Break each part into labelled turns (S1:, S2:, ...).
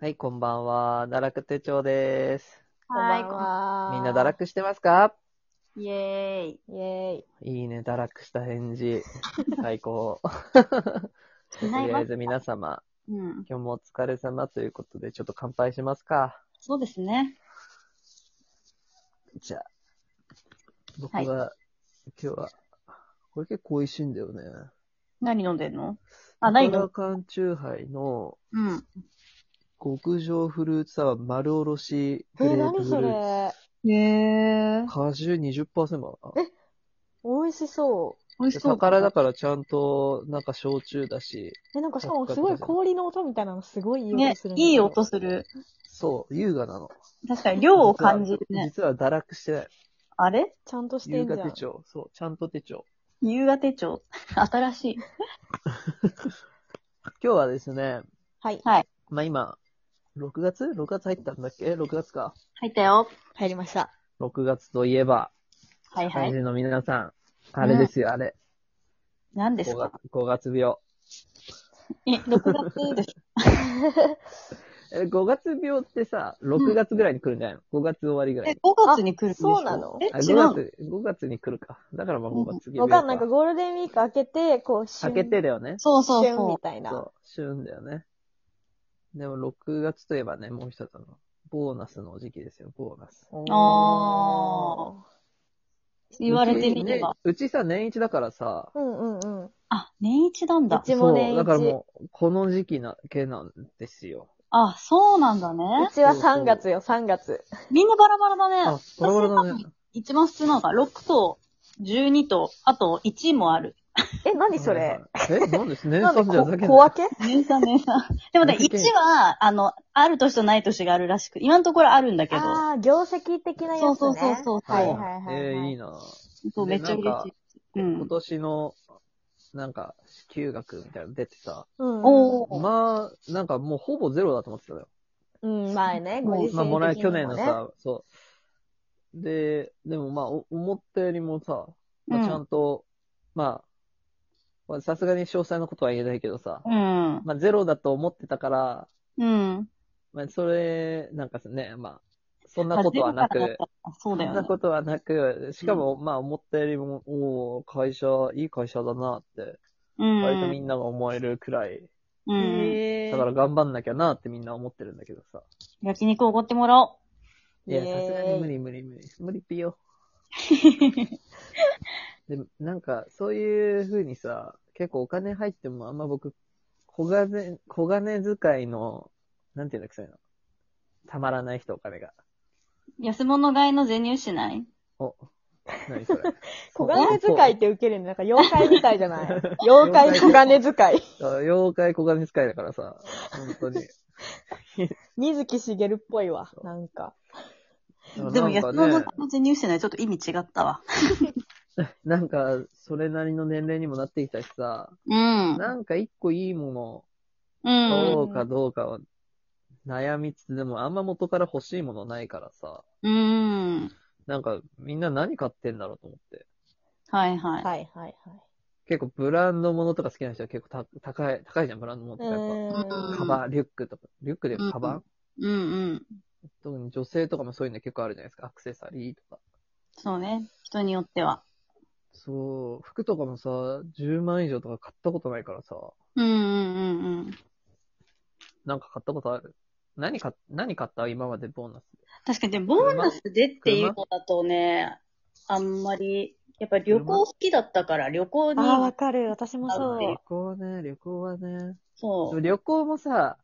S1: はい、こんばんは。堕落手帳です。
S2: はい、
S3: こ
S2: こ
S3: ん
S2: ん
S3: ば
S2: ば
S3: ん
S2: ん
S3: は。
S1: みんな堕落してますか
S2: イエーイ。
S3: イェーイ。
S1: いいね、堕落した返事。最高。と
S2: いない
S1: りあ
S2: わ
S1: え。ず皆様、
S2: うん。
S1: 今日もお疲れ様ということで、ちょっと乾杯しますか。
S2: そうですね。
S1: じゃあ、僕は、
S2: はい
S1: 今日は、これ結構美味しいんだよね。
S2: 何飲んでんのあ、何飲ん
S1: ドラ缶チューハイの
S2: うん。
S1: 極上フルーツサワー丸おろしグ
S3: え
S1: レープ
S3: 何
S1: フ
S3: そ
S1: ルーツ。
S3: れ
S2: へえー。
S1: 果汁20%。
S3: 美味しそ
S2: 美味しそう。
S1: 宝だからちゃんと、なんか焼酎だし、
S3: う。え、なんかしかもすごい氷の音みたいなのすごいいい音
S2: ね
S3: する、んだけど
S2: いい音する。
S1: そう、優雅なの。
S2: 確かに量を感じるね。
S1: 実は堕落してない。
S2: あれ
S3: ちゃんとして
S1: 優
S3: んじゃ
S1: 雅手
S3: ん。
S1: 帳。そう、ちゃんと手帳。
S2: 夕方手帳。 新しい。
S1: 今日はですね、
S3: はい。
S2: はい。
S1: まあ今、6月 ?6 月入ったんだっけ ?6 月か。
S2: 入ったよ。
S3: 入りました。
S1: 6月といえば、
S2: はいは
S1: 漢
S2: い。
S1: 字の皆さん、あれですよ、あれ。
S2: 何です
S1: 5
S2: か
S1: 月、5月病。
S2: え、6月です。
S1: え、5月病ってさ、6月ぐらいに来るんじゃないの ?5 月終わりぐら
S2: え、
S1: い
S2: 5。月に来るんでしょ
S3: そうなの
S2: え、
S1: あ
S2: 違
S1: 5
S2: うの。
S1: 月、5月に来るか。だからまあ5月病
S3: わかんない。なんかゴールデンウィーク明けて、こう、旬
S1: 明けてだよね。
S2: そうそう
S3: 旬み
S2: そ
S3: たいな。
S1: そう、旬だよね。でも6月といえばね、もう一つあの、ボーナスの時期ですよ、ボーナス。
S3: お
S2: あう。言われてみれば。
S1: うちねうちさ、年一だからさ、
S3: ー。うんうんうん。
S2: あ、年一なんだ
S3: う。ちも年一
S1: そうだからもう、この時期な、けなんですよ。
S2: あ、そうなんだ
S3: う
S2: ね。
S3: ちは3月よ、3月。
S2: みんなバラバラだ
S1: あ
S2: ね。、
S1: バラバラだね。
S2: 一番普通なのが6と12と、あと1もある。
S3: え、何そ
S1: はい
S3: れ
S1: はい。え、なんですね。
S3: なん
S1: さ
S3: で
S1: んじゃ
S3: こ
S1: ふざけん
S3: 小
S1: な。
S3: 分け
S2: 年産年産。でもね、
S1: なんて
S2: 1は、あの、ある年とない年があるらしく、今のところあるんだけど、
S3: ああ、業績的なやつね。
S2: そうそうそうそう
S3: はい
S2: い
S3: はいはい
S1: え
S3: は
S1: ー、いい
S3: い。
S1: な
S2: そうめっちゃ嬉
S1: なん
S2: し
S1: か
S2: い。うん
S1: 今。年の、なんか、支給額みたいなの出てさ、
S3: うん
S2: おー
S1: まあ、なんかもうほぼゼロだと思ってたのよ。
S3: うん、前ね、ご時世的に
S1: まあ、
S3: もね。
S1: もらえ、去年のさ、そう。で、でもまあ、お思ったよりもさ、まあ、ちゃんと、まあまあ、さすがに詳細のことは言えないけどさ、
S2: うん。
S1: まあ、ゼロだと思ってたから、
S2: うん。
S1: まあ、それ、なんかね、まあ、そんなことはな
S2: まあゼロ
S1: く
S2: か、らだったらそ
S1: そ
S2: うだ
S1: ん
S2: よ
S1: な
S2: ね。
S1: ことはなく、しかも、まあ、思ったよりも、おお会社、いい会社だなって、
S2: う
S1: 割とみ
S2: ん。
S1: んなが思えるくらい、
S2: うん。
S3: へー
S1: だから頑張んなきゃなってみんな思ってるんだけどさ。
S2: 焼肉おごってもらお
S1: いや、さすがに無
S3: イエーイ
S1: 理無理無理。無理ぴ よ。で、なんか、そういう風にさ、結構お金入ってもあんま僕、小金、小金遣いの、なんていうんだっけ、そういうの。たまらない人、お金が。
S2: う。安物買いの税入しない
S1: お、何それ。
S3: 小金使いって受けるの、なんか妖怪みたいじゃない 妖怪小金使い。
S1: あ妖怪小金使いだからさ、本当 に。
S3: 水木しげるっぽいわ、なんか。
S2: で
S1: な
S2: も
S1: ん
S2: 安
S1: か
S2: 物買
S1: ね、
S2: いの税入しないちょっと意味違ったわ。
S1: なんか、それなりの年齢にもなってきたしさ、
S2: うん。
S1: なんか一個いいもの、
S2: うん。
S1: どうかどうかを悩みつつ、でもあんま元から欲しいものないからさ、
S2: うん。
S1: なんかみんな何買ってんだろうと思って。
S2: はいはい。
S3: はいはい
S1: 結構ブランド物とか好きな人は結構た高い、高いじゃん、ブランド物とかやっ
S3: は
S2: う
S1: ぱ。
S2: ん
S1: カバン、リュックとか。リュックで
S2: うん
S1: カバン、
S2: うんうん。
S1: 特に女性とかもそういうの結構あるじゃないですか。アクセサリーとか。
S2: そうね。人によっては。
S1: そう、服とかもさ、10万以上とか買ったことないからさ、
S2: うんうんうんうん。
S1: なんか買ったことある何買っ、何買った今までボーナスで。
S2: 確かに、でもボーナスでっていうのだとね、あんまり、やっぱ旅行好きだったから、旅行
S3: ああ、わ
S2: に、
S3: かる。私も
S2: そ
S3: そう
S1: 旅
S3: う。
S1: 行ね、旅行はね。で
S2: そ
S1: も
S2: う。
S1: 旅行もさ、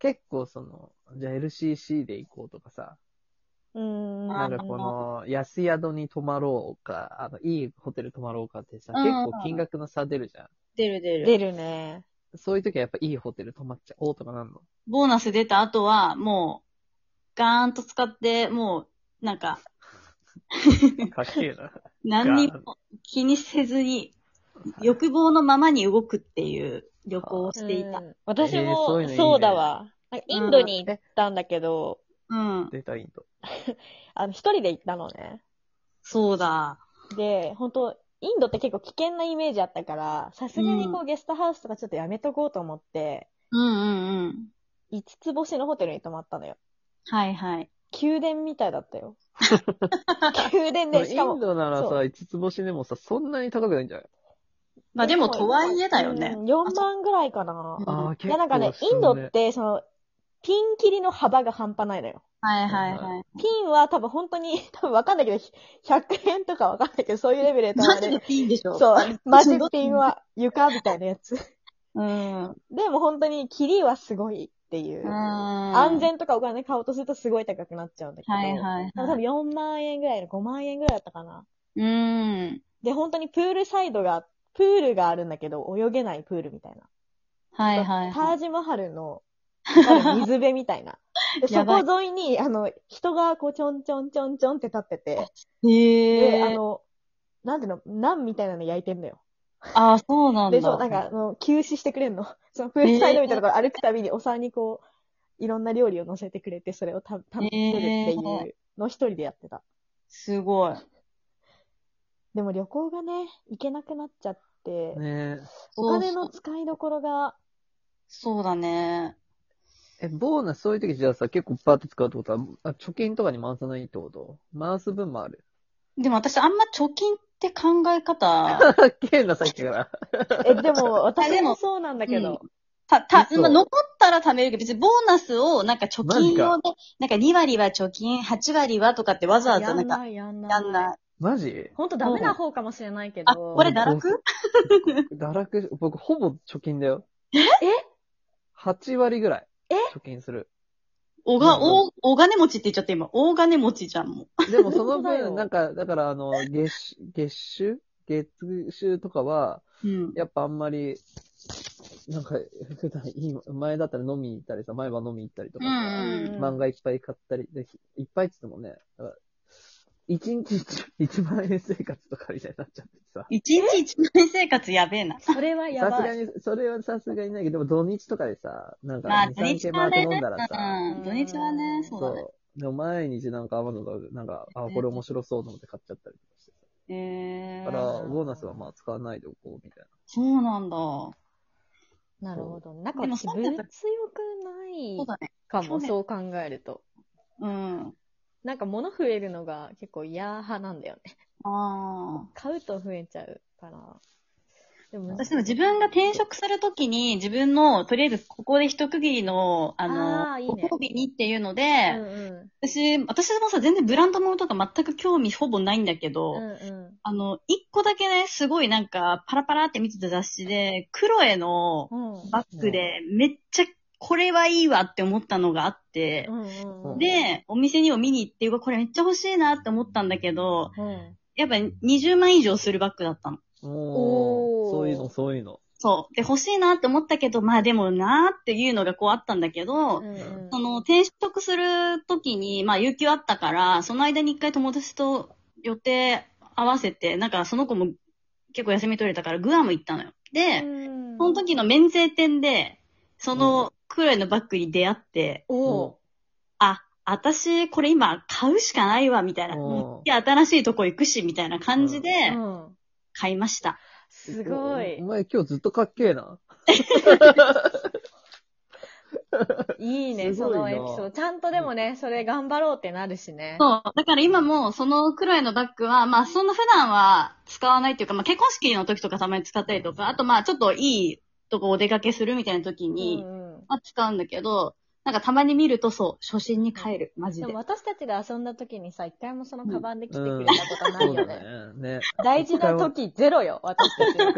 S1: 結構その、じゃあ LCC で行こうとかさ、
S3: うん。
S2: あ
S1: なんかこの、安宿に泊まろうか、あの、いいホテル泊まろうかってさ、
S2: うん
S1: 結構金額の差出るじゃん。
S2: 出る出る。
S3: 出るね。
S1: そういう時はやっぱいいホテル泊まっちゃおうとかなんの。
S2: ボーナス出た後は、もう、ガーンと使って、もう、なんか、
S1: かっけえな。
S2: 何にも気にせずに、欲望のままに動くっていう旅行をしていた。
S3: うん私
S1: えーそういうの
S3: も
S1: いいね
S3: そうだわ。なんかインドに行ったんだけど、
S2: うん。
S1: 出たいんと。
S3: あの、一人で行ったのね。
S2: そうだ。
S3: で、本当インドって結構危険なイメージあったから、さすがにこうゲストハウスとかちょっとやめとこうと思って、
S2: うんうんうん。
S3: 5つ星のホテルに泊まったのよ。
S2: はいはい。
S3: 宮殿みたいだっ たよ。宮殿で、し
S1: イ
S3: か
S1: ン
S3: も。
S1: ドなら
S3: そ
S1: さ、五つ星でもさ、そんなに高くないんじゃない
S2: まあでも、とはいえだよね
S3: う。ん4万ぐらいかな。
S2: うん
S1: ああ、
S3: い
S1: 結構
S3: や、なんかね、インドって、その、ピン切りの幅が半端ないのよ。
S2: はいはいはい。
S3: ピンは多分本当に、 多分わかんないけど、100円とかわかんないけど、そういうレベルで多
S2: マ
S3: 分
S2: ジ
S3: ね、
S2: でピンでしょ
S3: そう、マジピンは床みたいなやつ。
S2: うん。うん。
S3: でも本当に、キリはすごいっていう。安
S2: 安
S3: 全とかお金買おうとするとすごい高くなっちゃうんだけど。
S2: はいはい
S3: 多分
S2: はい。
S3: 4万円ぐらいの5万円ぐらいだったかな。
S2: うん。
S3: で、本当にプールサイドが、プールがあるんだけど、泳げないプールみたいな。
S2: はいはい
S3: タ
S2: は
S3: ージマハルの、水辺みた いな。で
S2: や
S3: そ
S2: ばい
S3: こ沿いに、あの、人がこう、ちょんちょんちょんちょんって立ってて、
S2: い。
S3: で、
S2: へ
S3: あ
S2: え。
S3: の、なんていうの、ナンみたいなの焼いてんだよ。
S2: ああ、そうなんだ。
S3: で、そう、なんか、あの、休止してくれんの。 その、プールサイドみたいなところ歩くたびに、お皿にこう、いろんな料理を乗せてくれて、それをた食べるっていうのを一人でやってた。
S2: すごい。
S3: でも旅行がね、行けなくなっちゃって、
S1: ね
S3: お金の使いどころが、
S2: そうだね。
S1: え。え、ボーナスそういう時じゃあさ、結構パーって使うってことは、あ貯金とかに回さないってこと回す分も ある。
S2: でも私あんま貯金って考え方、
S1: かっけえな、さっき から。
S3: え、でも、
S2: いや
S3: 私
S2: でも
S3: もそうなんだけど、
S2: た、た、
S1: 嘘
S2: まあ、残ったら貯めるけど、別にボーナスをなんか貯金用で、なんか2割は貯金、8割はとかってわざわざ
S3: や
S2: なん
S3: ん
S2: か、
S3: ない、やんない。
S2: やんない。
S1: マジ
S3: ほんとダメな方かもしれないけど。
S2: あ、これ堕落
S1: 堕落、僕ほぼ貯金だよ。
S3: え
S1: ?8 割ぐらい。
S3: え
S1: 貯金する。
S2: おが、お、大金持ちって言っちゃって今、大金持ちじゃん、もう。
S1: でもその
S3: 本当だよ
S1: 分、なんか、だからあの、月、月収月収とかは、
S2: うん。
S1: やっぱあんまり、なんか、普段いい、前だったら飲みに行ったりさ、前は飲みに行ったりとか
S2: う
S1: さ、
S2: ん。
S1: 漫画いっぱい買ったり、でいっぱいって言ってもね、だから一日一1万円生活とかみたいになっちゃってさ。
S2: 一日一年生活やべえな。
S3: それはや
S1: さす
S3: ば
S1: が
S3: い。
S1: に、それはさすがにないけど、でも土日とかでさ、なんか
S2: まあ、
S1: 2、
S2: 土
S1: 3
S2: 日
S1: 軒回っ
S2: は
S1: て
S2: ね。
S1: 飲んだらさ、
S2: うん。土日はね、そうだね。
S1: そう。でも毎日なんかアマゾンとかでなんか、あ、これ面白そうと思って買っちゃったりとかしてさ。
S2: え
S1: だか
S2: ー、
S1: ら、ボーナスはまあ使わないでおこうみたいな。
S2: そうなんだ。
S3: なるほど。なんか
S2: でも
S3: 私、
S2: そう
S3: 物
S2: だ
S3: 欲
S2: った
S3: ない
S2: そうだね。
S3: か
S2: 去
S3: も、
S2: 年
S3: そう考えると。
S2: うん。
S3: なんか物増えるのが結構嫌派なんだよね。
S2: ああ。
S3: 買うと増えちゃうから。でも、
S2: 私でも自分が転職するときに、自分の、とりあえずここで一区切りの、あの、
S3: あーいいね
S2: ご褒美にっていうので、
S3: うんうん。
S2: 私、私もさ、全然ブランド物とか全く興味ほぼないんだけど、
S3: うんうん。
S2: あの、一個だけね、すごいなんか、パラパラって見てた雑誌で、クロエの
S3: うんうん
S2: バッグで、めっちゃ、これはいいわって思ったのがあって、
S3: うんうん。
S2: で、お店にも見に行って、うわ、これめっちゃ欲しいなって思ったんだけど、
S3: うん、
S2: やっぱ20万以上するバッグだったの。
S1: おー
S3: おー
S1: そういうの、そういうの。
S2: そう。で、欲しいなって思ったけど、まあでもなーっていうのがこうあったんだけど、
S3: うんうん
S2: その、転職するときに、まあ、有給あったから、その間に一回友達と予定合わせて、なんかその子も結構休み取れたから、グアム行ったのよ。で、
S3: うん
S2: その時の免税店で、そのクロエのバッグに出会って、
S3: おー
S2: あ、私、これ今買うしかないわ、みたいな。
S1: うん
S2: で、新しいとこ行くし、みたいな感じで、
S3: うん。
S2: 買いました。
S3: すご
S1: お
S3: い
S1: お。前今日ずっとかっけえな。
S3: いいね、
S1: す
S3: そ
S1: ごいな
S3: のエピソード。ちゃんとでもね、それ頑張ろうってなるしね。
S2: そう。だから今も、そのクロエのバッグは、まあ、そんな普段は使わないっていうか、まあ、結婚式の時とかたまに使ったりとか、あとまあ、ちょっといいとこお出かけするみたいな時に、
S3: うんうん
S2: まあ、使うんだけど、なんかたまに見るとそう、初心に帰る、マジ
S3: で
S2: で
S3: も。私たちで遊んだ時にさ、一回もそのカバンで来て
S1: う
S3: く
S1: ん
S3: れたことない
S1: そうだ
S3: よね。
S1: ね。ね。
S3: 大事な時ゼロよ、私た ちの。
S1: 一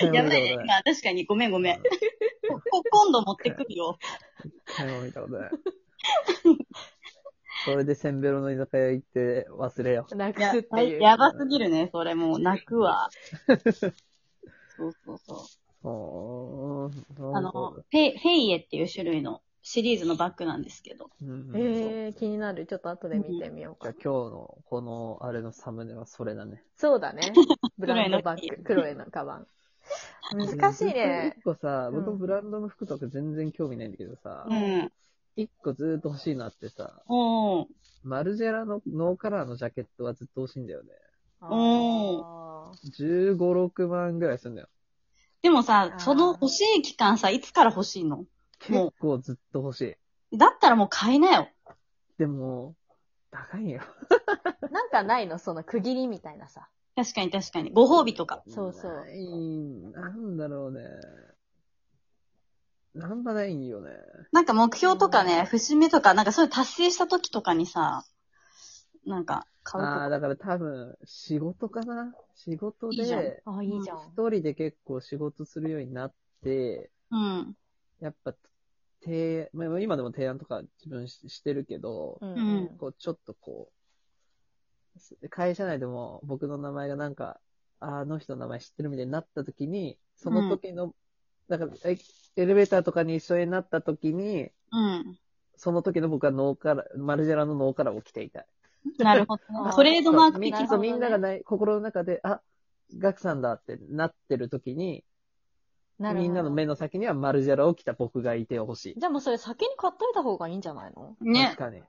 S1: 回
S2: や
S1: も
S2: ば
S1: 見
S2: い
S1: たこと。
S2: ね
S1: ない。
S2: まあ、確かに、ごめんごめん。ここ今度持ってくるよ。
S1: 一回も見たこと ない。それでセンベロの居酒屋行って忘れよう。
S3: なくすっていう。
S2: やばすぎるね、それもう、泣くわ。そうそうそう。
S1: おー
S2: あ
S1: なるほ
S2: の
S1: ど、
S2: フェイフェイエっていう種類のシリーズのバッグなんですけど。
S1: うんうん
S3: えー、気になる。ちょっと後で見てみよう
S1: じゃあ
S3: か。
S1: 今日のこのあれのサムネはそれだね。
S3: そうだね。ブランドバッグ、黒へのカバン。難しいね
S1: 一。個さ、僕
S3: うん
S1: ブランドの服とか全然興味ないんだけどさ
S2: う、ん。
S1: 一、個ずーっと欲しいなってさ、
S2: おー。
S1: マルジェラのノーカラーのジャケットはずっと欲しいんだよね。
S2: お
S3: あ
S1: 15、
S3: ー
S1: 6万ぐらいするんだよ。
S2: でもさ
S3: あ、ー
S2: その欲しい期間さ、いつから欲しいのも
S1: 結構ずっと欲しい。
S2: う、だったらもう買いなよ。
S1: でも、高いよ。
S3: なんかないのその区切りみたいなさ。
S2: 確かに確かに。ご褒美とか。
S3: そうそう
S1: ないなんだろうね。なんもないよね。
S2: なんか目標とかね、節目とか、なんかそういう達成した時とかにさ、なんか買うと
S1: ああ
S2: か。
S1: ー、だから多分、仕事かな仕事
S2: いいじゃん
S1: で、
S3: あ、いいじゃん。
S1: 一人で結構仕事するようになって、
S2: うん。
S1: やっぱ、提、まあ今でも提案とか自分ししてるけど、
S3: うん
S2: うん
S1: こう、ちょっとこう、会社内でも僕の名前がなんか、あの人の名前知ってるみたいになった時に、その時の、だからえエレベーターとかに一緒になった時に、
S2: うん。
S1: その時の僕は脳から、マルジェラの脳から起きていたい。
S2: なるほ どね。トレードマーク的
S1: そうみんそうみ
S2: な。
S1: んながない心の中で、あ、ガクさんだってなってる時に、
S3: なるほど
S1: みんなの目の先にはマルジェラを着た僕がいてほしい。
S3: じゃあもうそれ先に買っといた方がいいんじゃないの
S2: ね
S1: 確。かに。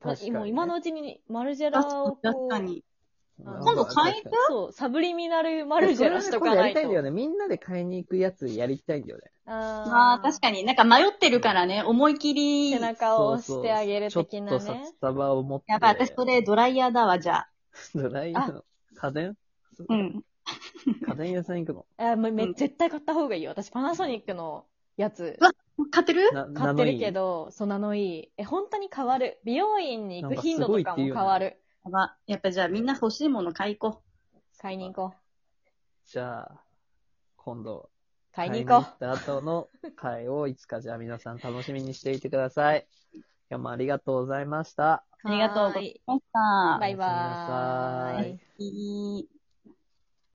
S1: 確かにね、
S3: もう今のうちにマルジェラをこう。
S2: 確か。に。
S1: うん、
S2: 今度会員
S3: そう、サブリミナルマルジェラしとか
S1: や
S3: な
S1: り
S3: い
S1: た
S3: と。
S1: いんだよね。みんなで買いに行くやつやりたいんだよね。
S2: まあ
S3: あー
S2: 確かに。なんか迷ってるからね、思い切り。
S3: 背
S2: や
S3: 中を押
S1: そうそう
S3: してあげる的な
S1: ちょっと
S3: ね
S1: さ、。スタバを持って。
S2: ばい、私それドライヤーだわ、じゃあ。
S1: ドライヤーの家電
S2: うん。
S1: 家電屋さん行く の
S3: あめめ
S2: うん
S3: 絶対買った方がいいよ。私、パナソニックのやつ
S2: うわ買ってる
S1: な
S3: 買
S1: ナ
S3: っ
S1: ノ
S3: て
S1: イ
S3: る
S1: ー
S3: けど、そう、ナノイー。え、本当に変わる。美容院に行く頻度とかも変わる。
S2: やば。やっぱじゃあみんな欲しいもの買いこ
S3: 買いに行こう。
S1: じゃあ、今度、
S3: 買いに行こう。
S1: 買いに行った後の会をいつかじゃあ皆さん楽しみにしていてください。今日もありがとうございました。
S2: う。ありがとうございました。
S3: バイバ
S1: おやすみなさ
S3: ーイ
S1: い。
S2: イ。